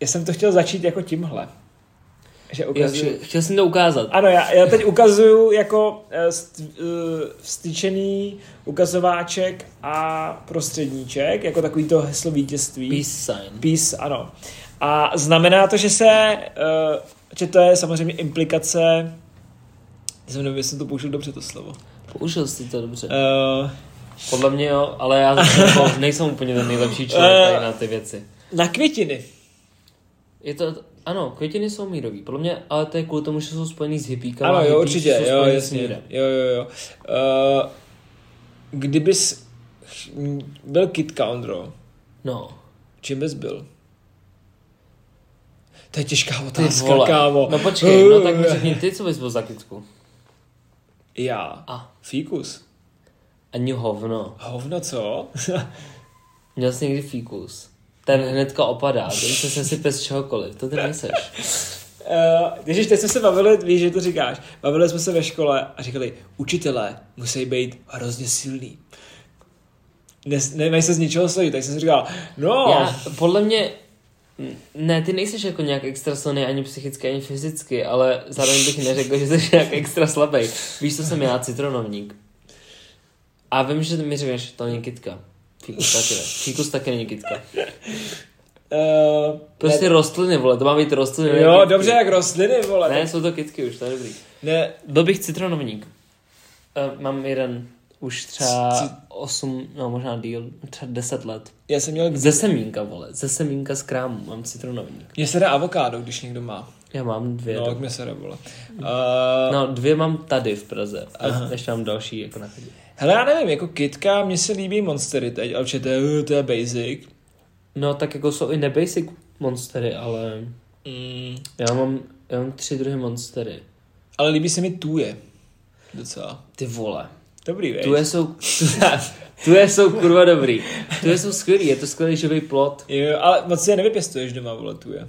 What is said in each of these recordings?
já jsem to chtěl začít jako tímhle. Že Já, ukazuju... chtěl, chtěl jsem to ukázat. Ano, já, já teď ukazuju jako eh, st, eh, vstyčený ukazováček a prostředníček, jako takový to heslo vítězství. Peace sign. Peace, ano. A znamená to, že se, eh, že to je samozřejmě implikace, já jsem nevím, jestli jsem to použil dobře to slovo. Použil jsi to dobře. Eh, Podle mě jo, ale já zase jako nejsem úplně ten nejlepší člověk tady na ty věci. na květiny. Je to, ano, květiny jsou mírový, podle mě, ale to je kvůli tomu, že jsou spojený s hippíkama. Ano, jo, hippíci určitě, jsou jo, spojený s jasně. mírem. Jo, jo, jo. Uh, kdybys ch- m, byl Kitka, Ondro, No, čím bys byl? To je těžká ty otázka, vole. kámo. No počkej, no tak mi řekni, ty co bys byl za kytku? Já. A. Fíkus. Ani hovno. Hovno, co? Měl jsi někdy fíkus. Ten hnedka opadá, ten se sesype z čehokoliv, to ty nejseš. Uh, Ježíš, teď jsme se bavili, víš, že to říkáš, bavili jsme se ve škole a říkali, učitelé musí být hrozně silný. Nes, nemají se z ničeho slevit, tak jsem si říkal, no, Já, podle mě, n- ne, ty nejseš jako nějak extra silný ani psychicky, ani fyzicky, ale zároveň bych neřekl, že jsi nějak extra slabý. Víš, co jsem já, citronovník. A vím, že mi řekneš, to není kytka. Fíkus taky ne. Fíkus taky není kytka. uh, Prostě rostliny, vole, to má být rostliny. ne jo, kytky. dobře, jak rostliny, vole. Ne, jsou to kytky už, to je dobrý. ne Byl bych citronovník. Uh, mám jeden už třeba C- 8, no možná díl, třeba 10 let. já jsem měl, Ze semínka, vole, ze semínka z krámu, mám citronovník. mě se dá avokádo, když někdo má. Já mám dvě. No, doma. tak mě se dá, vole. Uh, No, dvě mám tady v Praze a ještě mám další jako na chodě. hele, já nevím, jako kitka, mně se líbí monstery teď, ale určitě to je, eh, to je basic. No, tak jako jsou i nebasic monstery, ale Mm, já mám, já mám tři druhy monstery. ale líbí se mi tuje. Docela. Ty vole. Dobrý, vej. Tuje jsou, tuje jsou kurva dobrý. Tuje jsou skvělý, je to skvělý živý plot. Jo, ale moc si je nevypěstuješ doma, vole, tuje.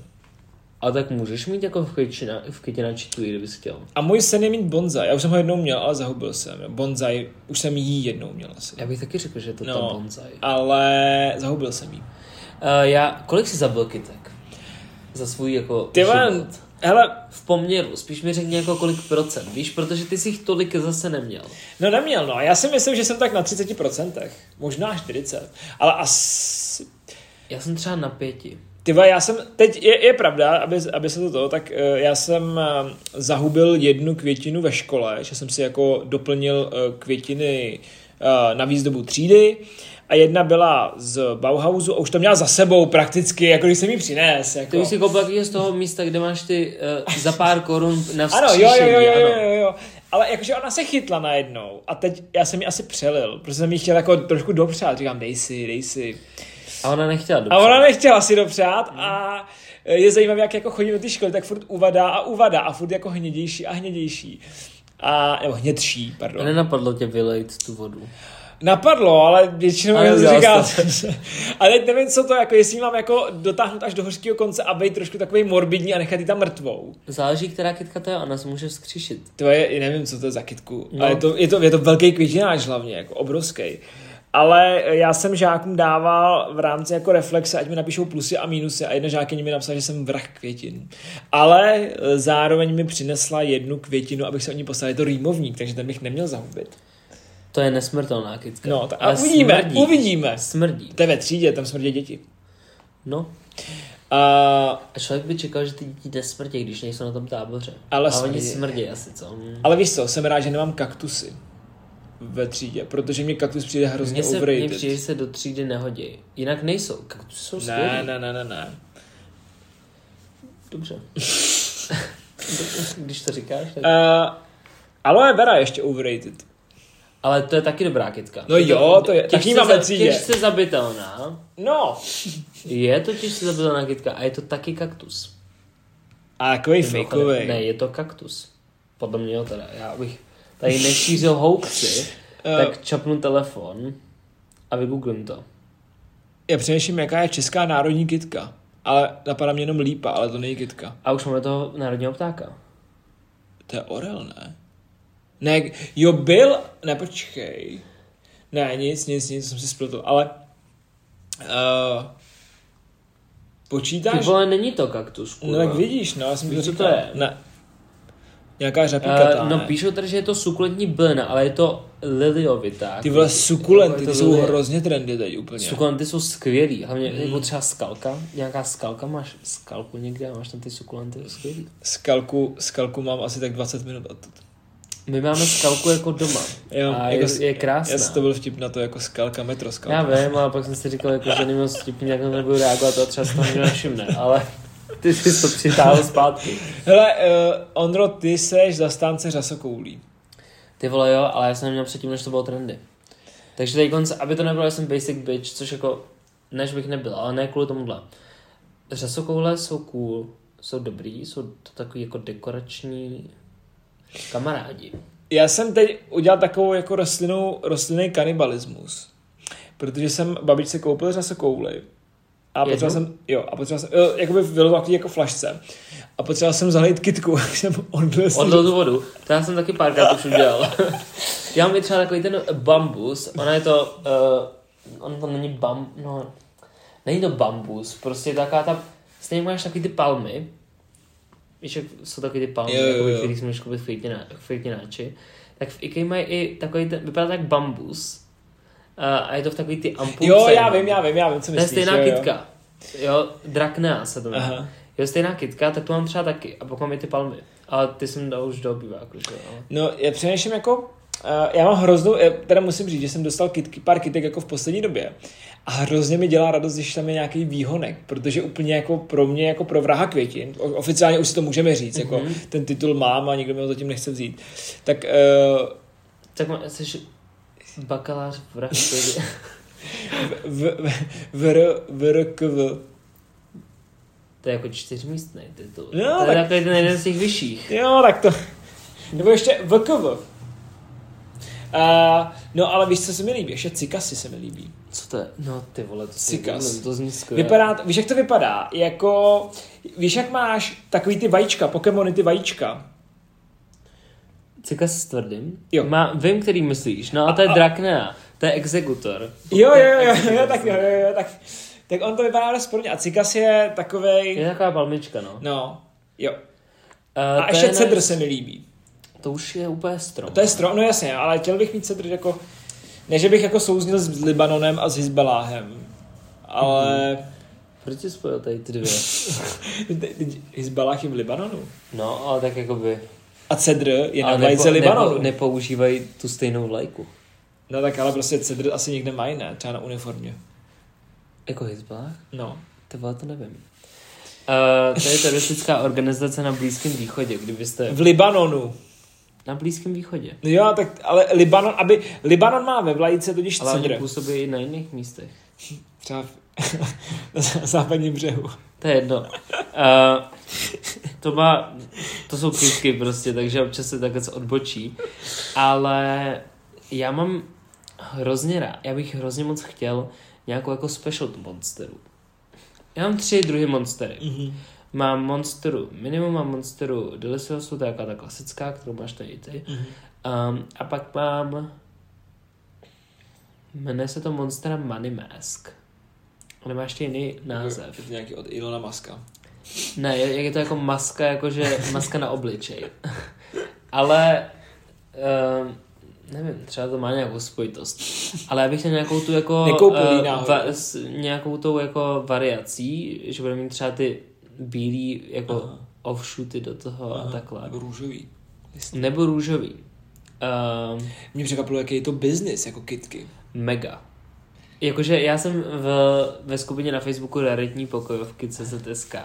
A tak můžeš mít jako v, kytina, v kytinači tuji, kdybys chtěl. A můj sen je mít bonzai. Já už jsem ho jednou měl, ale zahubil jsem. Bonzai, už jsem jí jednou měl asi. Já bych taky řekl, že je to no. No. tam bonsai. Ale zahubil jsem jí. Uh, já, kolik jsi zabil kytek? Za svůj jako Ty život? vole, hele, V poměru, spíš mi řekni jako kolik procent, víš, protože ty jsi jich tolik zase neměl. no neměl, no. Já si myslím, že jsem tak na 30%. Možná 40. Ale asi... Já jsem třeba na pěti. Ty vole, já jsem, teď je, je pravda, aby, aby se to to, tak eh, já jsem eh, zahubil jednu květinu ve škole, že jsem si jako doplnil eh, květiny eh, na výzdobu třídy a jedna byla z Bauhausu a už to měla za sebou prakticky, jako když jsem ji přines. Jako. Ty už si koupil taky z toho místa, kde máš ty uh, za pár korun na Ano, jo, jo, vzkříšení, jo, jo, jo, ano. jo, jo. Ale jakože ona se chytla najednou a teď já jsem ji asi přelil, protože jsem ji chtěl jako trošku dopřát, říkám dej si, dej si. A ona nechtěla dobře. A ona nechtěla si dopřát a je zajímavé, jak jako chodí do té školy, tak furt uvadá a uvadá a furt jako hnědější a hnědější. A, nebo hnědší, A pardon. Nenapadlo tě vylejt tu vodu. Napadlo, ale většinou Ale ale mi to neudělal říká. A teď nevím, co to, jako jestli ji mám jako dotáhnout až do hořkého konce a být trošku takový morbidní a nechat ji tam mrtvou. Záleží, která kytka to je, ona se může vzkříšit. To je, nevím, co to je za kytku. No. No. Ale je to, je, to, je to velký květináč hlavně, jako obrovský. Ale já jsem žákům dával v rámci jako reflexe, ať mi napíšou plusy a mínusy a jedna žákyně mi napsala, že jsem vrah květin. Ale eh, zároveň mi přinesla jednu květinu, abych se o ní poslal. Je to rýmovník, takže ten bych neměl zahubit. To je nesmrtelná kytka. No, ta, a Ale uvidíme, smrdí. uvidíme. Smrdí. To je ve třídě, tam smrdí děti. No. A, A člověk by čekal, že ty děti nesmrdí, když nejsou na tom táboře. Ale a oni smrdí. smrdí asi, co? Mm. ale víš co, jsem rád, že nemám kaktusy ve třídě, protože mě kaktus přijde hrozně Mně se mně overrated. přijde, že se do třídy nehodí. Jinak nejsou. Kaktusy jsou Ne, skvělý. ne, ne, ne, ne. Dobře. Když to říkáš, tak... Uh, aloe vera je ještě overrated. Ale to je taky dobrá kytka. No jo, to je- tak ji máme třídě. Těžce zabitelná. No. Je to těžce zabitelná kytka a je to taky kaktus. A takový Mimochodem, Ne, fakeový. je to kaktus. Podle mě jo teda. Já bych tady nešířil hoaxy, Eh. tak čapnu telefon a vygooglím to. Já přemýšlím, jaká je česká národní kytka. Ale napadá mě jenom lípa, ale to není kytka. A už máme toho národního ptáka. To je orel, ne? Ne, jo, byl, ne, počkej. Ne, nic, nic, nic, jsem si spletl, ale... Uh, Ty eh, Počítáš? vole, není to kaktus, No kurva. tak vidíš, no, já jsem Víš, to co říkal. to je? Ne. Nějaká řapíkatá, Uh, no píšou tady, že je to sukulentní bylina, ale je to liliovitá. Ty vole Jako Je sukulenty, to ty jsou lilie. hrozně trendy teď úplně. Hmm. Sukulenty jsou skvělý, hlavně jako třeba skalka, nějaká skalka, máš skalku někde a máš tam ty sukulenty, to je skvělý. Skalku, skalku mám asi tak 20 minut odtud. My máme skalku jako doma Jo, a je, jako s- je krásná. Já si to byl vtip na to jako skalka, metro skalka. Já vím, ale pak jsem si říkal, jako, že neměl vtipný, jak na to nebudu reagovat a třeba se to nikdo nevšimne, ale ty jsi to přitáhl zpátky. Hele, uh, Ondro, ty seš zastánce řasokoulí. Ty vole jo, ale já jsem neměl předtím, než to bylo trendy. Takže tady konce, aby to nebylo, já jsem basic bitch, což jako, než bych nebyl, ale ne kvůli tomuhle. Řasokoule jsou cool, jsou dobrý, jsou to takový jako dekorační kamarádi. Já jsem teď udělal takovou jako rostlinou, rostlinný kanibalismus. Protože jsem babičce koupil řasokouly. A Jednu? potřeboval jsem, jo, a potřeboval jsem, jo, jakoby bylo takový jako flašce. A potřeboval jsem zalejt kitku, jak jsem odlil. Od toho důvodu, to já jsem taky párkrát už udělal. já mám i třeba takový ten bambus, ona je to, uh, ono to není bam, no, není to bambus, prostě je taková ta, stejně máš takový ty palmy, víš, jak jsou takový ty palmy, Jo, jo, jakoby, jo. který si můžeš koupit v květiná- v květináči, tak v IKEA mají i takový ten, vypadá tak bambus, uh, a je to v takový ty ampulce. Jo, já vím, já vím, já vím, co To je myslíš. stejná jo, jo. kytka. Jo, draknea se to jmenuje. Aha. Jo, stejná kytka, tak to mám třeba taky. A pak mám i ty palmy. Ale ty jsem dal už do obýváku, že jo. ale- No, já přinejším jako, uh, já mám hroznou, já teda musím říct, že jsem dostal kitky, pár kytek jako v poslední době a hrozně mi dělá radost, když tam je nějaký výhonek, protože úplně jako pro mě, jako pro vraha květin, o- oficiálně už si to můžeme říct, mm-hmm. jako ten titul mám a nikdo mi ho zatím nechce vzít, tak uh, Tak má- jsi bakalář v Rakově. v, v, v, v, v, to je jako čtyřmístný titul. Jo, to je tak- takový ten jeden z těch vyšších. Jo, tak to. Nebo ještě VKV. Uh, no ale víš, co se mi líbí? Ještě cikasy se mi líbí. Co to je? No ty vole, to si Cikas. vůbec- to zní skvěle. Vypadá, to- víš, jak to vypadá? Jako, víš, jak máš takový ty vajíčka, Pokémony ty vajíčka. Cikas s tvrdým? Jo. Má, vím, který myslíš. No a to je A- a- Draknea. To je exekutor. Jo, To je jo, jo, exekutor, jo, tak jo, myslím. jo, jo, tak, tak on to vypadá rozporně. A Cikas je takovej, Je taková palmička, no. no, jo. Uh, A to ještě je cedr nice. se mi líbí. To už je úplně strom. To je strom, no jasně, ale chtěl bych mít cedr jako, ne, že bych jako souznil s Libanonem a s Hizbaláhem, ale... Mhm. Proč jsi spojil tady ty dvě? Teď- teď Hizbalách je v Libanonu. No, ale tak jakoby... A cedr je na ale vlajce Libanonu. nepoužívají tu stejnou vlajku. No tak ale prostě cedr asi někde mají, ne? Třeba na uniformě. Jako Hezbollah? No. To vole, to nevím. Uh, to je teroristická organizace na Blízkém východě, kdybyste... V Libanonu. Na Blízkém východě. No jo, tak ale Libanon, aby... Libanon má ve vlajce totiž Ale oni cedr. působí i na jiných místech. Třeba v... na zá- západním břehu. To je jedno. Uh, to má... To jsou křivky prostě, takže občas se takhle co odbočí. Ale já mám hrozně rád, já bych hrozně moc chtěl nějakou jako special monsteru. Já mám tři druhy monstery. Mhm. Mám Monsteru Minimum, mám Monsteru Deliciosu, to je taková ta klasická, kterou máš tady i ty. Um, a pak mám... Jmenuje se to Monstera Money Mask. Ale má ještě jiný název. Je to nějaký od Ilona Maska. Ne, je, je to jako maska, jakože maska na obličej. Ale... Um, nevím, třeba to má nějakou spojitost. Ale já bych chtěl nějakou tu jako... Nekoupil ji eh, náhodou. s nějakou tou jako variací, že budeme mít třeba ty bílý jako Aha. offshooty do toho a takhle. Nebo Jako růžový. Nebo růžový. Um, Mě překvapilo, jaký je to biznis, jako kitky. mega. Jakože já jsem v, ve skupině na Facebooku Raritní pokojovky CZSK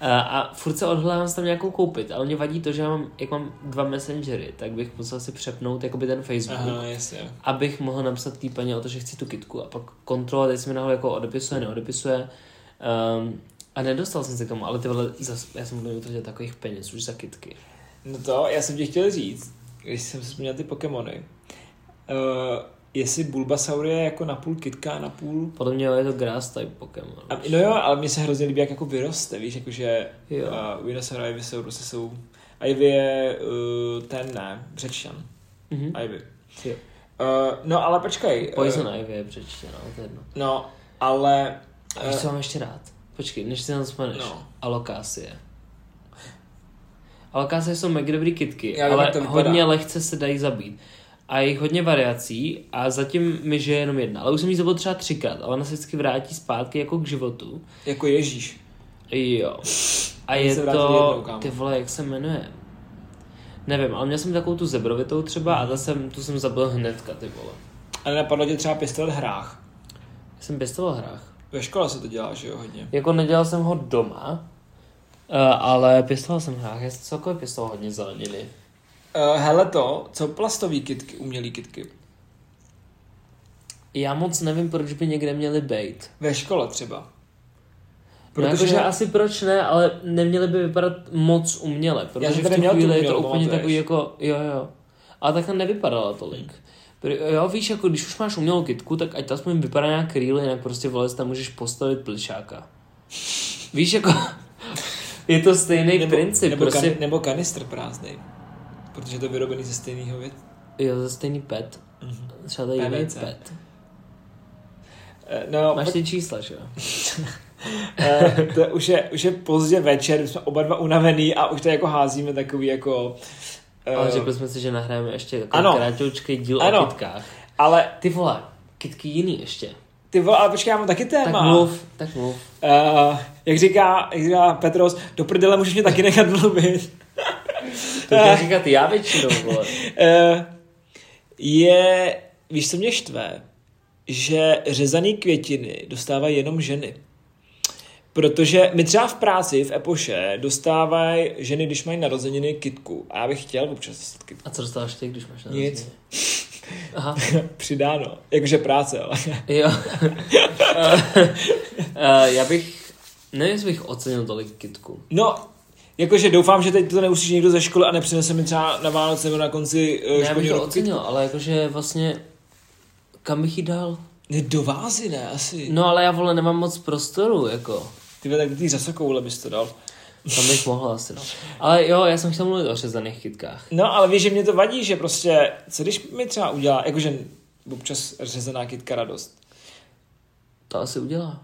a, a furt se odhledám se tam nějakou koupit, ale mě vadí to, že já mám, jak mám dva messengery, tak bych musel si přepnout jakoby ten Facebook, Aha, jasně. abych mohl napsat té paní o to, že chci tu kitku a pak kontrolovat, jestli mi nahoru jako odepisuje, neodepisuje. Um, a nedostal jsem se k tomu, ale ty vole, zas, já jsem budu utratit takových peněz už za kitky. No to, já jsem ti chtěl říct, když jsem vzpomněl ty Pokémony, uh, jestli Bulbasaur je jako napůl kitka a napůl... Podle mě je to grass type Pokémon. A, no jo, ale mně se hrozně líbí, jak jako vyroste, víš, jakože Jo. uh, Venusaur a Ivysaur prostě jsou... Ivy je uh, ten, ne, Řečan. Mhm. Ivy. Jo. Uh, no ale počkej. Poison Ivy je přečtěno, no, to je jedno. no, ale... A víš, co mám ještě rád? Počkej, než si na to vzpomeneš. No. Alokácie. Alokácie jsou mega dobrý kytky, Já vím, ale jak to vypadá. hodně lehce se dají zabít. A je jich hodně variací a zatím mi žije jenom jedna. Ale už jsem ji zabil třeba třikrát a ona se vždycky vrátí zpátky jako k životu. Jako Ježíš. Jo. A Oni je se vrátili jednou, to, kámo. ty vole, jak se jmenuje? Nevím, ale měl jsem takovou tu zebrovitou třeba a ta jsem, tu jsem zabil hnedka, ty vole. A nenapadlo tě třeba pěstovat hrách. Já jsem pěstoval v hrách. Ve škole se to dělá, že jo, hodně. Jako nedělal jsem ho doma, eh, ale pěstoval jsem v hrách. Já jsem celkově pěstoval hodně zeleniny. Uh, hele to, co plastový kitky, umělý kitky. Já moc nevím, proč by někde měli být. Ve škole třeba. Protože... No, jakože asi proč ne, ale neměli by vypadat moc uměle, jsem protože v tady tu měl tu chvíli je to umělou, úplně pamatuješ? takový jako, jo jo. A takhle nevypadala tolik. Pr- Jo, víš, jako když už máš umělou kitku, tak ať to aspoň vypadá nějak real, jinak prostě vole, tam můžeš postavit plišáka. Víš, jako je to stejný nebo, princip, nebo, prostě, kan, nebo kanistr prázdný. Protože to je vyrobený ze stejného věc. jo, to je stejný pet. Mhm. Třeba to je jiný PVC. pet. Eh, No, Máš pak, ty čísla, že jo? eh, to už je, už je pozdě večer, my jsme oba dva unavený a už tady jako házíme takový jako... eh, Ale řekli jsme si, že nahrajeme ještě Ano. takový krátoučký díl Ano. o kitkách. ale Ty vole, kitky jiný ještě. ty vole, ale počkej, já mám taky téma. Tak mluv, tak mluv. Uh, jak, říká, jak říká Petros, do prdele můžeš mě taky nechat mluvit. To Eh. bych říkat já většinou, vole. Uh, je, víš, co mě štve, že řezaný květiny dostávají jenom ženy. Protože my třeba v práci, v Epoše, dostávají ženy, když mají narozeniny, kitku. A já bych chtěl občas dostat kitku. A co dostáváš ty, když máš narozeniny? Nic. Aha, Přidáno. Jakože práce, ale... jo. Eh, eh, já bych, nevím, jestli bych ocenil tolik kitku. No, jakože doufám, že teď to neuslyší někdo ze školy a nepřinese mi třeba na Vánoce nebo na konci uh, Ne, Já bych školního to roku. kitku. ocenil, ale jakože vlastně, kam bych ji dal? Ne, do vázy ne, asi. No ale já, vole, nemám moc prostoru, jako. Ty vole, tak do té řasokoule bys to dal. Tam bych mohl asi, no. Ale jo, já jsem chtěl mluvit o řezaných kitkách. No, ale víš, že mě to vadí, že prostě, co když mi třeba udělá, jakože občas řezaná kytka radost. To asi udělá.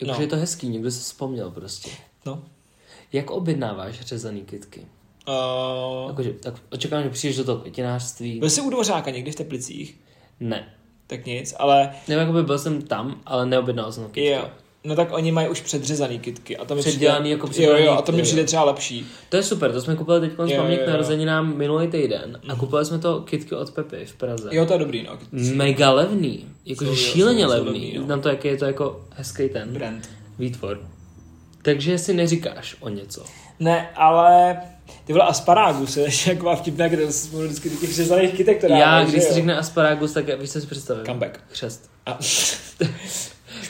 Jakože No. no. je to hezký, někdo se vzpomněl prostě. No. Jak objednáváš řezaný kitky? Uh, Jakože, tak očekávám, že přijdeš do toho květinářství. byl jsi u dvořáka někdy v Teplicích, Ne, tak nic, ale Nebo jakoby byl jsem tam, ale neobjednal jsem kytky. jo. No tak oni mají už předřezaný kytky. A to mi Předělaný přijde, jako jo, předělaný, jo, a to mi jo. přijde třeba lepší. To je super, to jsme kupovali teď Jo, paměť jo, k jo. narozeninám minulý týden a kupovali jsme to kytky od Pepy v Praze. Mhm. Jo, to je dobrý, no. Mega levný, Jsou, jakože jo, šíleně jsou, jsou levný, levný, jo. znám to, jaký je to jako hezký ten Brand. výtvor. Takže si neříkáš o něco. Ne, ale ty vole asparágus, je taková vtipná, kde jsme vždycky do těch řezaných kytek, která Já, když se řekne asparagus, tak víš, co si představím? Comeback. Křest. A...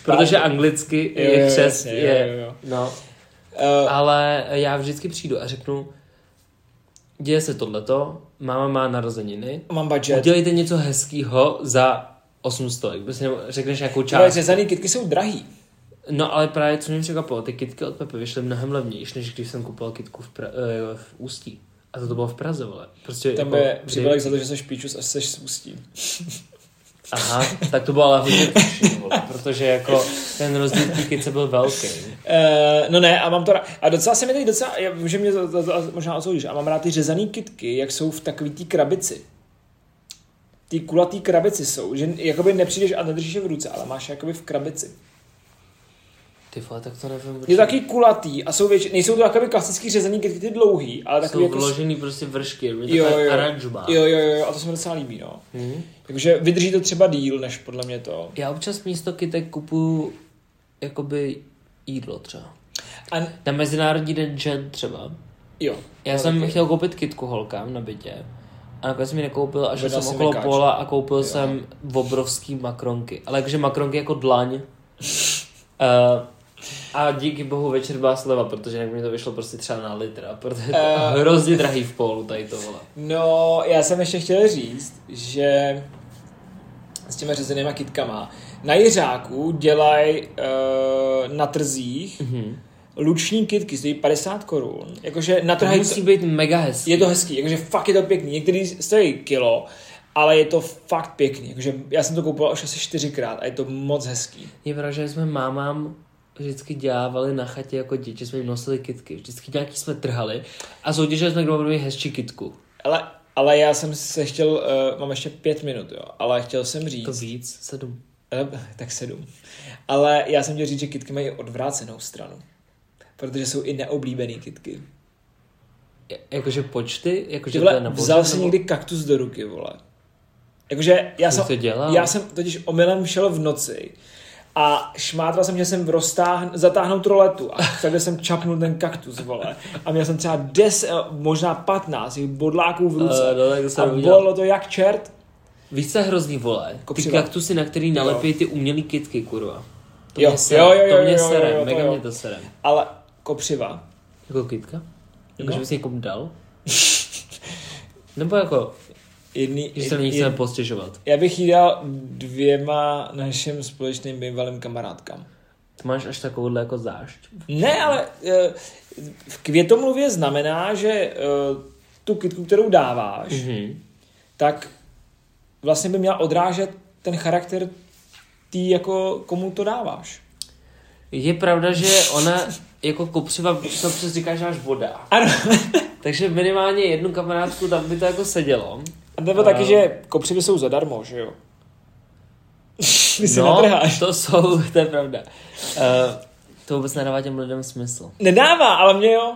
Protože anglicky Jo, jo, je křest, jasně, jo, je, jo, jo. no. Uh, Ale já vždycky přijdu a řeknu, děje se tohleto, máma má narozeniny, mám budget. Udělejte něco hezkého za 800. Prostě nebo řekneš nějakou Čas. část. Řezaný kytky jsou drahý. No ale právě co mě překvapilo, ty kitky od Pepe vyšly mnohem levnější, než když jsem kupoval kitku v, pra- eh, v Ústí. A to, to bylo v Praze, vole. Prostě Tam jako, je příběh za to, že seš píčus až seš spustí. Aha, tak to bylo ale hodně tuší, vole, protože jako ten rozdíl té kitce byl velký. Uh, no ne, a mám to rád. A docela se mi tady docela, já vím, že mě to, to, to možná odsoudíš, a mám rád ty řezaný kytky, jak jsou v takový té krabici. Ty kulatý krabici jsou, že jakoby nepřijdeš a nedržíš je v ruce, ale máš je jakoby v krabici. Ty vole, tak to nevím. Je to taky kulatý a jsou většině, nejsou to jakoby klasický řezaný kytky, ty dlouhý, ale takový Jsou jako... vložený prostě vršky, jo, Jo, jo. jo, aranžba. jo, jo, jo, a to se mi docela líbí, no. Mhm. Takže vydrží to třeba díl, než podle mě to. Já občas místo kytek kupuju jakoby jídlo třeba. A, Na Mezinárodní den žen třeba. jo. Já No, jsem taky. chtěl koupit kitku holkám na bytě. A nakonec jsem ji nekoupil a šel Objednal jsem jsi okolo Mikáčku. pola a koupil jo. jsem obrovský makronky. Ale jakože makronky jako dlaň. uh, a díky bohu večer byla sleva, protože jinak mi to vyšlo prostě třeba na litr. A protože to Eh. je hrozně drahý v polu tady to vole. No, já jsem ještě chtěl říct, že s těma řezenýma kytkama na Jiřáku dělají uh, na trzích Mhm. mm-hmm. luční kytky, stojí 50 korun. Jakože na To trhají, musí být mega hezký. je to hezký, jakože fakt je to pěkný. Některý stojí kilo, ale je to fakt pěkný. Jakože já jsem to koupil už asi čtyřikrát a je to moc hezký. Je pravda, že jsme mámám vždycky dělávali na chatě jako děti, jsme jim nosili kitky. Vždycky nějaký jsme trhali a soutěžili jsme, kdo bude mít hezčí kitku. Ale, ale já jsem se chtěl, uh, mám ještě pět minut, jo, ale chtěl jsem říct, To víc, sedm. Eh, tak sedm, ale já jsem chtěl říct, že kitky mají odvrácenou stranu, protože jsou i neoblíbený kitky. Ja- Jakože počty, jakože Že Jako, to je vole, na božem, vzal si nebo- někdy kaktus do ruky, vole. Jakože já Co jsem, jsi dělal? já jsem totiž omylem šel v noci a šmátral jsem, že jsem roztáhn, zatáhnout roletu a takhle jsem čapnul ten kaktus, vole. A měl jsem třeba 10, možná 15 jejich bodláků v ruce. Eh, no, tak to jsem a neudělal. bylo to jak čert. Víš, co je hrozný, vole? Ty Kopřiva. kaktusy, na který nalepí ty umělý kitky, kurva. To Jo, mě sere, jo, jo, to jo, mě jo, jo, sere, jo, to mega jo. mě to sere. Ale kopřiva. Jako kytka? Jako, No. že bys někomu dal? Nebo jako, Jedný, že se na ní jed- chceme postěžovat. já bych jí dal dvěma našim společným bývalým kamarádkám. Ty máš až takovouhle jako zášť. Ne, ale eh, v květomluvě znamená, že eh, tu kytku, kterou dáváš, mm-hmm. Mhm. tak vlastně by měla odrážet ten charakter tý, jako komu to dáváš. Je pravda, že ona jako kopřiva, co přes říkáš, že máš voda. Ano, Takže minimálně jednu kamarádku tam by to jako sedělo. a nebo taky, že kopřivy jsou zadarmo, že jo? Ty si no, natrháš. to jsou, to je pravda. Uh, to vůbec nedává těm lidem smysl. Nedává, ale mě jo.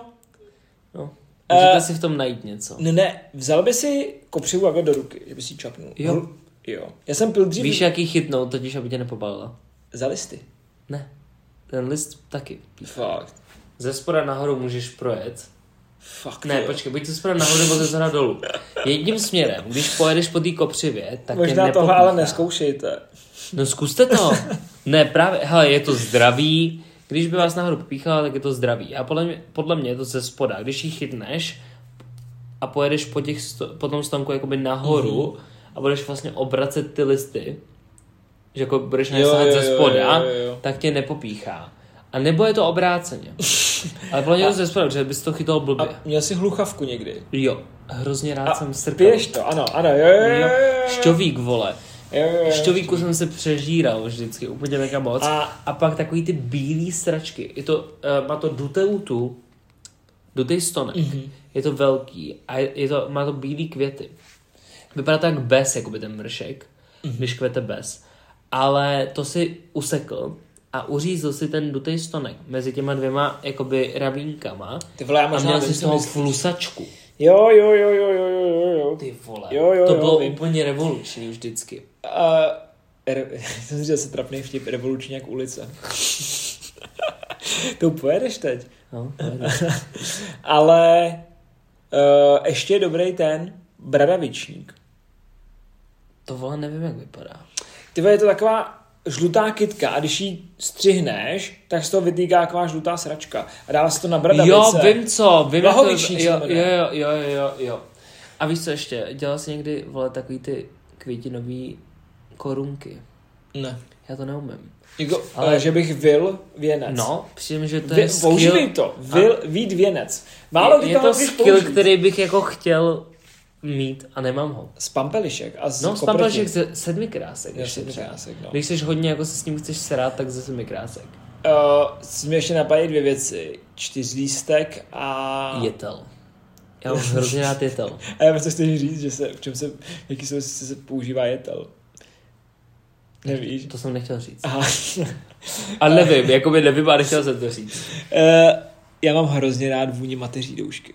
No. Můžete Eh, si v tom najít něco. Ne, ne, vzal by si kopřivu jako do ruky, že by si ji čapnul. Jo. Hl- Jo. Já jsem pil dřív Víš, jak ji chytnout, totiž aby tě nepobalila. za listy. Ne. Ten list taky. Fakt. Ze spoda nahoru můžeš projet. Fakt Ne, jo. počkej, buď ze spoda nahoru nebo ze zhora dolů. Jedním směrem, když pojedeš po té kopřivě, tak tě Možná tohle nepopíchá. ale neskoušejte. No zkuste to. ne, právě, hele, je to zdravý. Když by vás nahoru popíchala, tak je to zdravý. A podle mě, podle mě je to ze spoda. Když ji chytneš a pojedeš po, těch sto, po tom stonku jakoby nahoru Mhm. a budeš vlastně obracet ty listy, že jako budeš nasáhat jo, ze jo, spoda, jo, jo, jo. tak tě nepopíchá. A nebo je to obráceně. Ale podle mě je to ze spoda, protože bys to chytal blbě. A měl jsi hluchavku někdy. Jo, hrozně rád jsem srkal. Piješ to, ano, ano, jo, jo, jo, Jo, jo, jo, šťovík, vole. jo, jo, jo. Šťovíku jsem se přežíral vždycky, úplně mega moc. A, A- a pak takový ty bílé sračky. Je to, uh, má to duteu tu, dutej stonek. Mm-hmm. Mhm. Je to velký a je je to, má to bílé květy. Vypadá to jak bez, jakoby ten mršek, Mhm. mm-hmm. když kvete bez. Ale to si usekl a uřízl si ten dutej stonek mezi těma dvěma jakoby ravínkama Ty vole, já a možná měl si vím, z co toho myslíš. flusačku. Jo, jo, jo, jo, jo, jo, jo, jo. Ty vole, Jo, jo, to jo, bylo vím. úplně revoluční vždycky. A, re, jsem si říkal, se trapný vtip, revoluční jak ulice. to pojedeš teď. No, to je Ale uh, ještě je dobrý ten bradavičník. To vole nevím, jak vypadá. Ty vole, je to taková žlutá kytka a když ji střihneš, tak z toho vytýká taková žlutá sračka a dává se to na bradavice. Jo, vím co, vím jak Blahovičník jo, se jo, jmenuje. jo, jo, jo, jo. A víš co ještě, dělal jsi někdy, vole, takový ty květinový korunky. Ne. Já to neumím. Jako, Ale- ale že bych vil věnec. No, přijím, že to Vě, je skill, používej to. Vil, vít věnec. Málo je, kdy je to to můžeš skill, použít. který bych jako chtěl mít a nemám ho. Z pampelišek a z No, z koprty. pampelšek ze sedmi krásek. Jo, když se sedmi třeba. krásek, no. Když jsi hodně jako se s ním chceš srát, tak ze sedmi krásek. Uh, mě ještě napadají dvě věci. Čtyřlístek a... Jetel. Já mám hrozně rád jetel. A já prostě chtěl říct, že se, v čem se, v jaký souvislosti se používá jetel. Nevíš? To jsem nechtěl říct. Aha. A nevím, jako jakoby nevím a nechtěl jsem to říct. Eh, já mám hrozně rád vůni mateří doušky.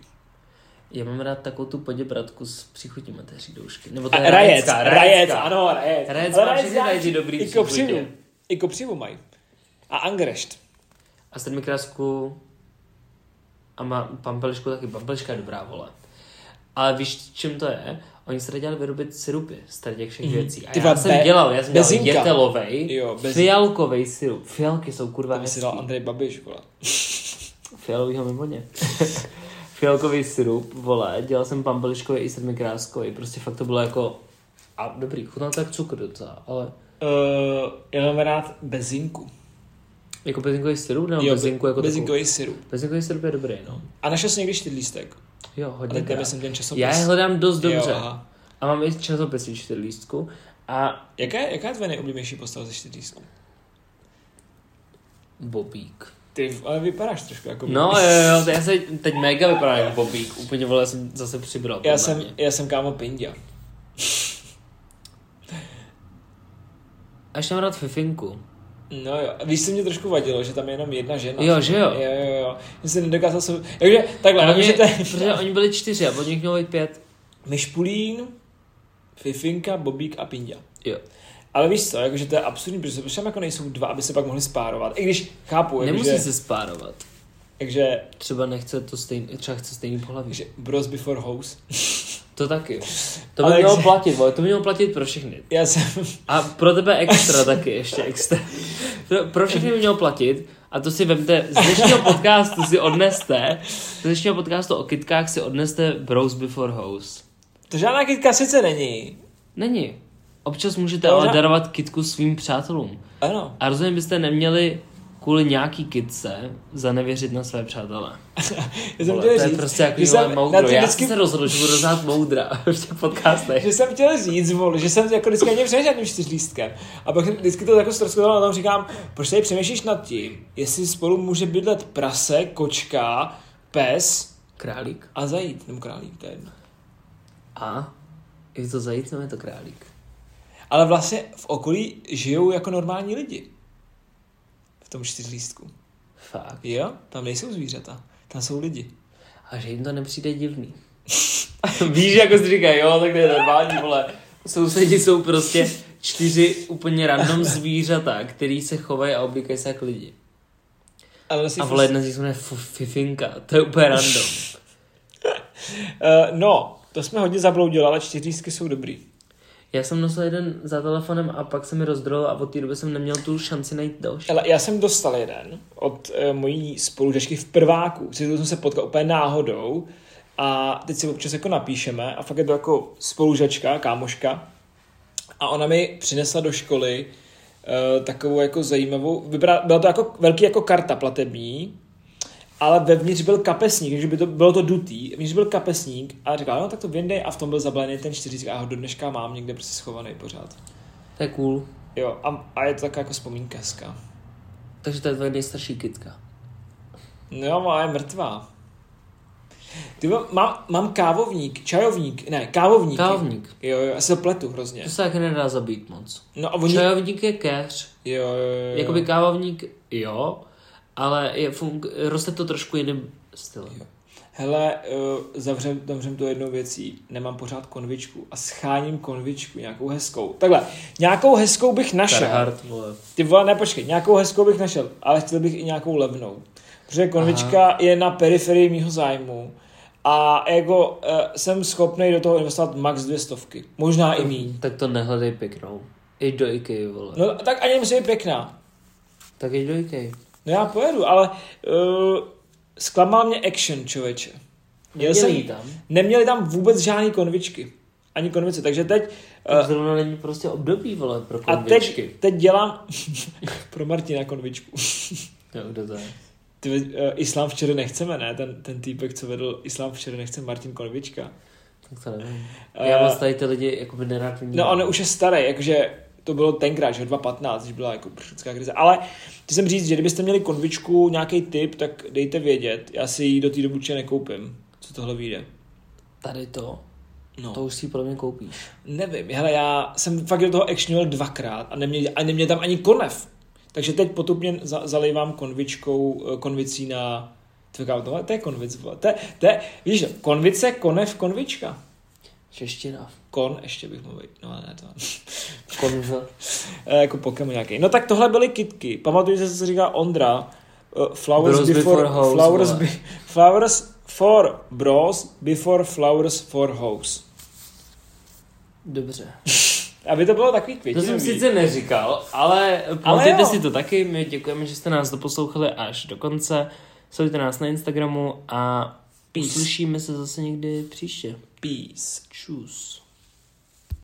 Já mám rád takovou tu poděbratku s příchutí mateří doušky. Nebo to A je rajec, rajecká, rajec, rajecká. ano, rajec. Rajec Ale má všechny dělá rajci dobrý I kopřivu. příchutě. I kopřivu mají. A angrešt. A sedmikrásku a má pampelišku taky. Pampeliška je dobrá, vole. Ale víš, čím to je? Oni se tady dělali vyrobit syrupy z tady těch všech věcí. A Mhm. Ty já vole, jsem be- dělal, já jsem dělal bezinka. jetelovej, Jo, bez- fialkovej syrup. Fialky jsou kurva To by si hezký. dal Andrej Babiš, vole. Fialovýho mimoně. Fialkový syrup, vole, dělal jsem pampeliškový i sedmikráskový. Prostě fakt to bylo jako... A dobrý, chutná tak cukr docela, ale... Uh, já mám rád bezinku. Jako bezinkový syrup nebo Jo, bezinku jako bezinkový. bezinkový syrup. takovou? Bezinkový syrup je dobrý, no. A našel jsem někdy čtyřlístek. Jo, Ale hodně tam krát. jsem ten časopis. Já je hledám dost dobře. Jo, Jo, aha. a mám i časopisy čtyřlístku. A Jaká, je- jaká je tvoje nejoblíbenější postava ze čtyřlístku? Bobík. Ty, ale vypadáš trošku jako... No jo, jo, to já se teď mega vypadá jako Bobík. Úplně vole, já jsem zase přibral. já podle jsem, mě. já jsem kámo Pindia. A ještě mám rád Fifinku. No jo, víš, co mě trošku vadilo, že tam je jenom jedna žena. Jo, že jo? Jo, jo, jo. Já jsem nedokázal se... Takže takhle, Ale ale oni, můžete... protože oni byli čtyři a od nich mělo být pět. Myšpulín, Fifinka, Bobík a Pindia. Jo. Ale víš co, jakože to je absurdní, protože protože tam jako nejsou dva, aby se pak mohli spárovat. I když chápu, Nemusí jakože, se spárovat. jakože, Třeba nechce to stejný, třeba chce stejný pohlaví. jakože bros before house. To taky. To by Ale jak mělo se- platit, vole, to by mělo platit pro všechny. Já jsem, A pro tebe extra taky, ještě extra. Pro, pro všechny by mělo platit a to si vemte, z dnešního podcastu si odneste, z dnešního podcastu o kitkách si odneste Browse Before House. to žádná kytka sice není. Není. Občas můžete Dobře. ale darovat kitku svým přátelům. Ano. A rozhodně byste neměli kvůli nějaký kitce zanevěřit na své přátele. Já jsem Vole, to chtěl je říct, prostě jako že jsem, jsem, moudro. na to Já vždycky, jsem se rozhodl, že budu rozhát moudra v těch podcastech. že jsem chtěl říct, vole, že jsem jako vždycky ani přemýšlel tím čtyřlístkem. A pak jsem vždycky to jako ztroskotalo na tom, říkám, proč tady přemýšlíš nad tím, jestli spolu může bydlet prase, kočka, pes Králík. a zajít, nebo králík, to je jedno. A? Je to zajíc, nebo je to králík? Ale vlastně v okolí žijou jako normální lidi. V tom čtyřlístku. Fakt. Jo, tam nejsou zvířata, tam jsou lidi. A že jim to nepřijde divný. Víš, jako si říkají, jo, tak to je normální, vole. Sousedi jsou prostě čtyři úplně random zvířata, který se chovají a oblíkají se jako lidi. Ale vlastně A vole, jedna z nich se jmenuje F- Fifinka, to je úplně random. Eh, no, to jsme hodně zabloudili, ale čtyřlístky jsou dobrý. Já jsem nosil jeden za telefonem a pak se mi rozdrol a od té doby jsem neměl tu šanci najít další. Ale já jsem dostal jeden od uh, mojí spolužačky v prváku, se kterou jsem se potkal úplně náhodou a teď si občas jako napíšeme a fakt je to jako spolužačka, kámoška a ona mi přinesla do školy uh, takovou jako zajímavou, vypadá, byla to jako velký jako karta platební, ale vevnitř byl kapesník, takže by to, bylo to dutý, vevnitř byl kapesník a říkala, no tak to vyndej a v tom byl zabalený ten čtyřicík a ho do dneška mám někde prostě schovaný pořád. To je cool. Jo, a, a je to taková jako vzpomínka hezká. Takže to je tvoje nejstarší kytka. No, má je mrtvá. Ty mám, mám, mám kávovník, čajovník, ne, kávovník. Kávovník. Jo, jo, já se pletu hrozně. To se taky nedá zabít moc. No a oni... Jo, Čajovník je keř. jo, jo. Jakoby kávovník, jo, ale je fun- roste to trošku jiným stylem. Hele, uh, zavřem, zavřem to jednou věcí, nemám pořád konvičku a scháním konvičku, nějakou hezkou. Takhle, nějakou hezkou bych našel. Carhartt, vole. Ty vole, ne, počkej, nějakou hezkou bych našel, ale chtěl bych i nějakou levnou. Protože konvička Aha. je na periferii mýho zájmu a jako uh, jsem schopný do toho investovat max dvě stovky. Možná i míň. Tak to nehledej pěknou. Jdi do Ikei, vole. No tak ani nemusí být pěkná. Tak jdi do Ikei. No já pojedu, ale uh, zklamal mě action, člověče. Měl Neměli jsem, jí tam. neměli tam vůbec žádný konvičky. Ani konvice, takže teď... Tak Uh, zrovna není prostě období, vole, pro a teď, konvičky. teď dělám pro Martina konvičku. Jo, kdo to je? Ty, uh, Islám včera nechceme, ne? Ten, ten týpek, co vedl Islám včera nechce, Martin Konvička. Tak to nevím. Eh, Já vás tady ty lidi jako by nerad vnímám. No on už je starý, jakože to bylo tenkrát, že 2.15, když byla jako prchická krize. Ale chci jsem říct, že kdybyste měli konvičku, nějaký tip, tak dejte vědět. Já si ji do té doby určitě nekoupím, co tohle vyjde. Tady to, No. to už si pro mě koupíš. Nevím, hele, já jsem fakt do toho actionil dvakrát a neměl, a neměl tam ani konev. Takže teď potupně za, zalejvám konvičkou, eh, konvicí na... Tvekám, tohle, to je konvic, vole. to je, to je, víš, to, konvice, konev, konvička. Čeština. Kon ještě bych mluvil, no ale ne to. Konve. Eh, jako Pokémon nějaký. No tak tohle byly kitky. Pamatujte se, co říká Ondra. Uh, flowers Bros before, before house, flowers, vole. be, flowers for bros before flowers for house. Dobře. Aby to bylo takový To jsem květinový. sice neříkal, ale jo. pamatujte si to taky. My děkujeme, že jste nás doposlouchali až do konce. Sledujte nás na Instagramu a Peace. uslyšíme se zase někdy příště. Peace. Čus.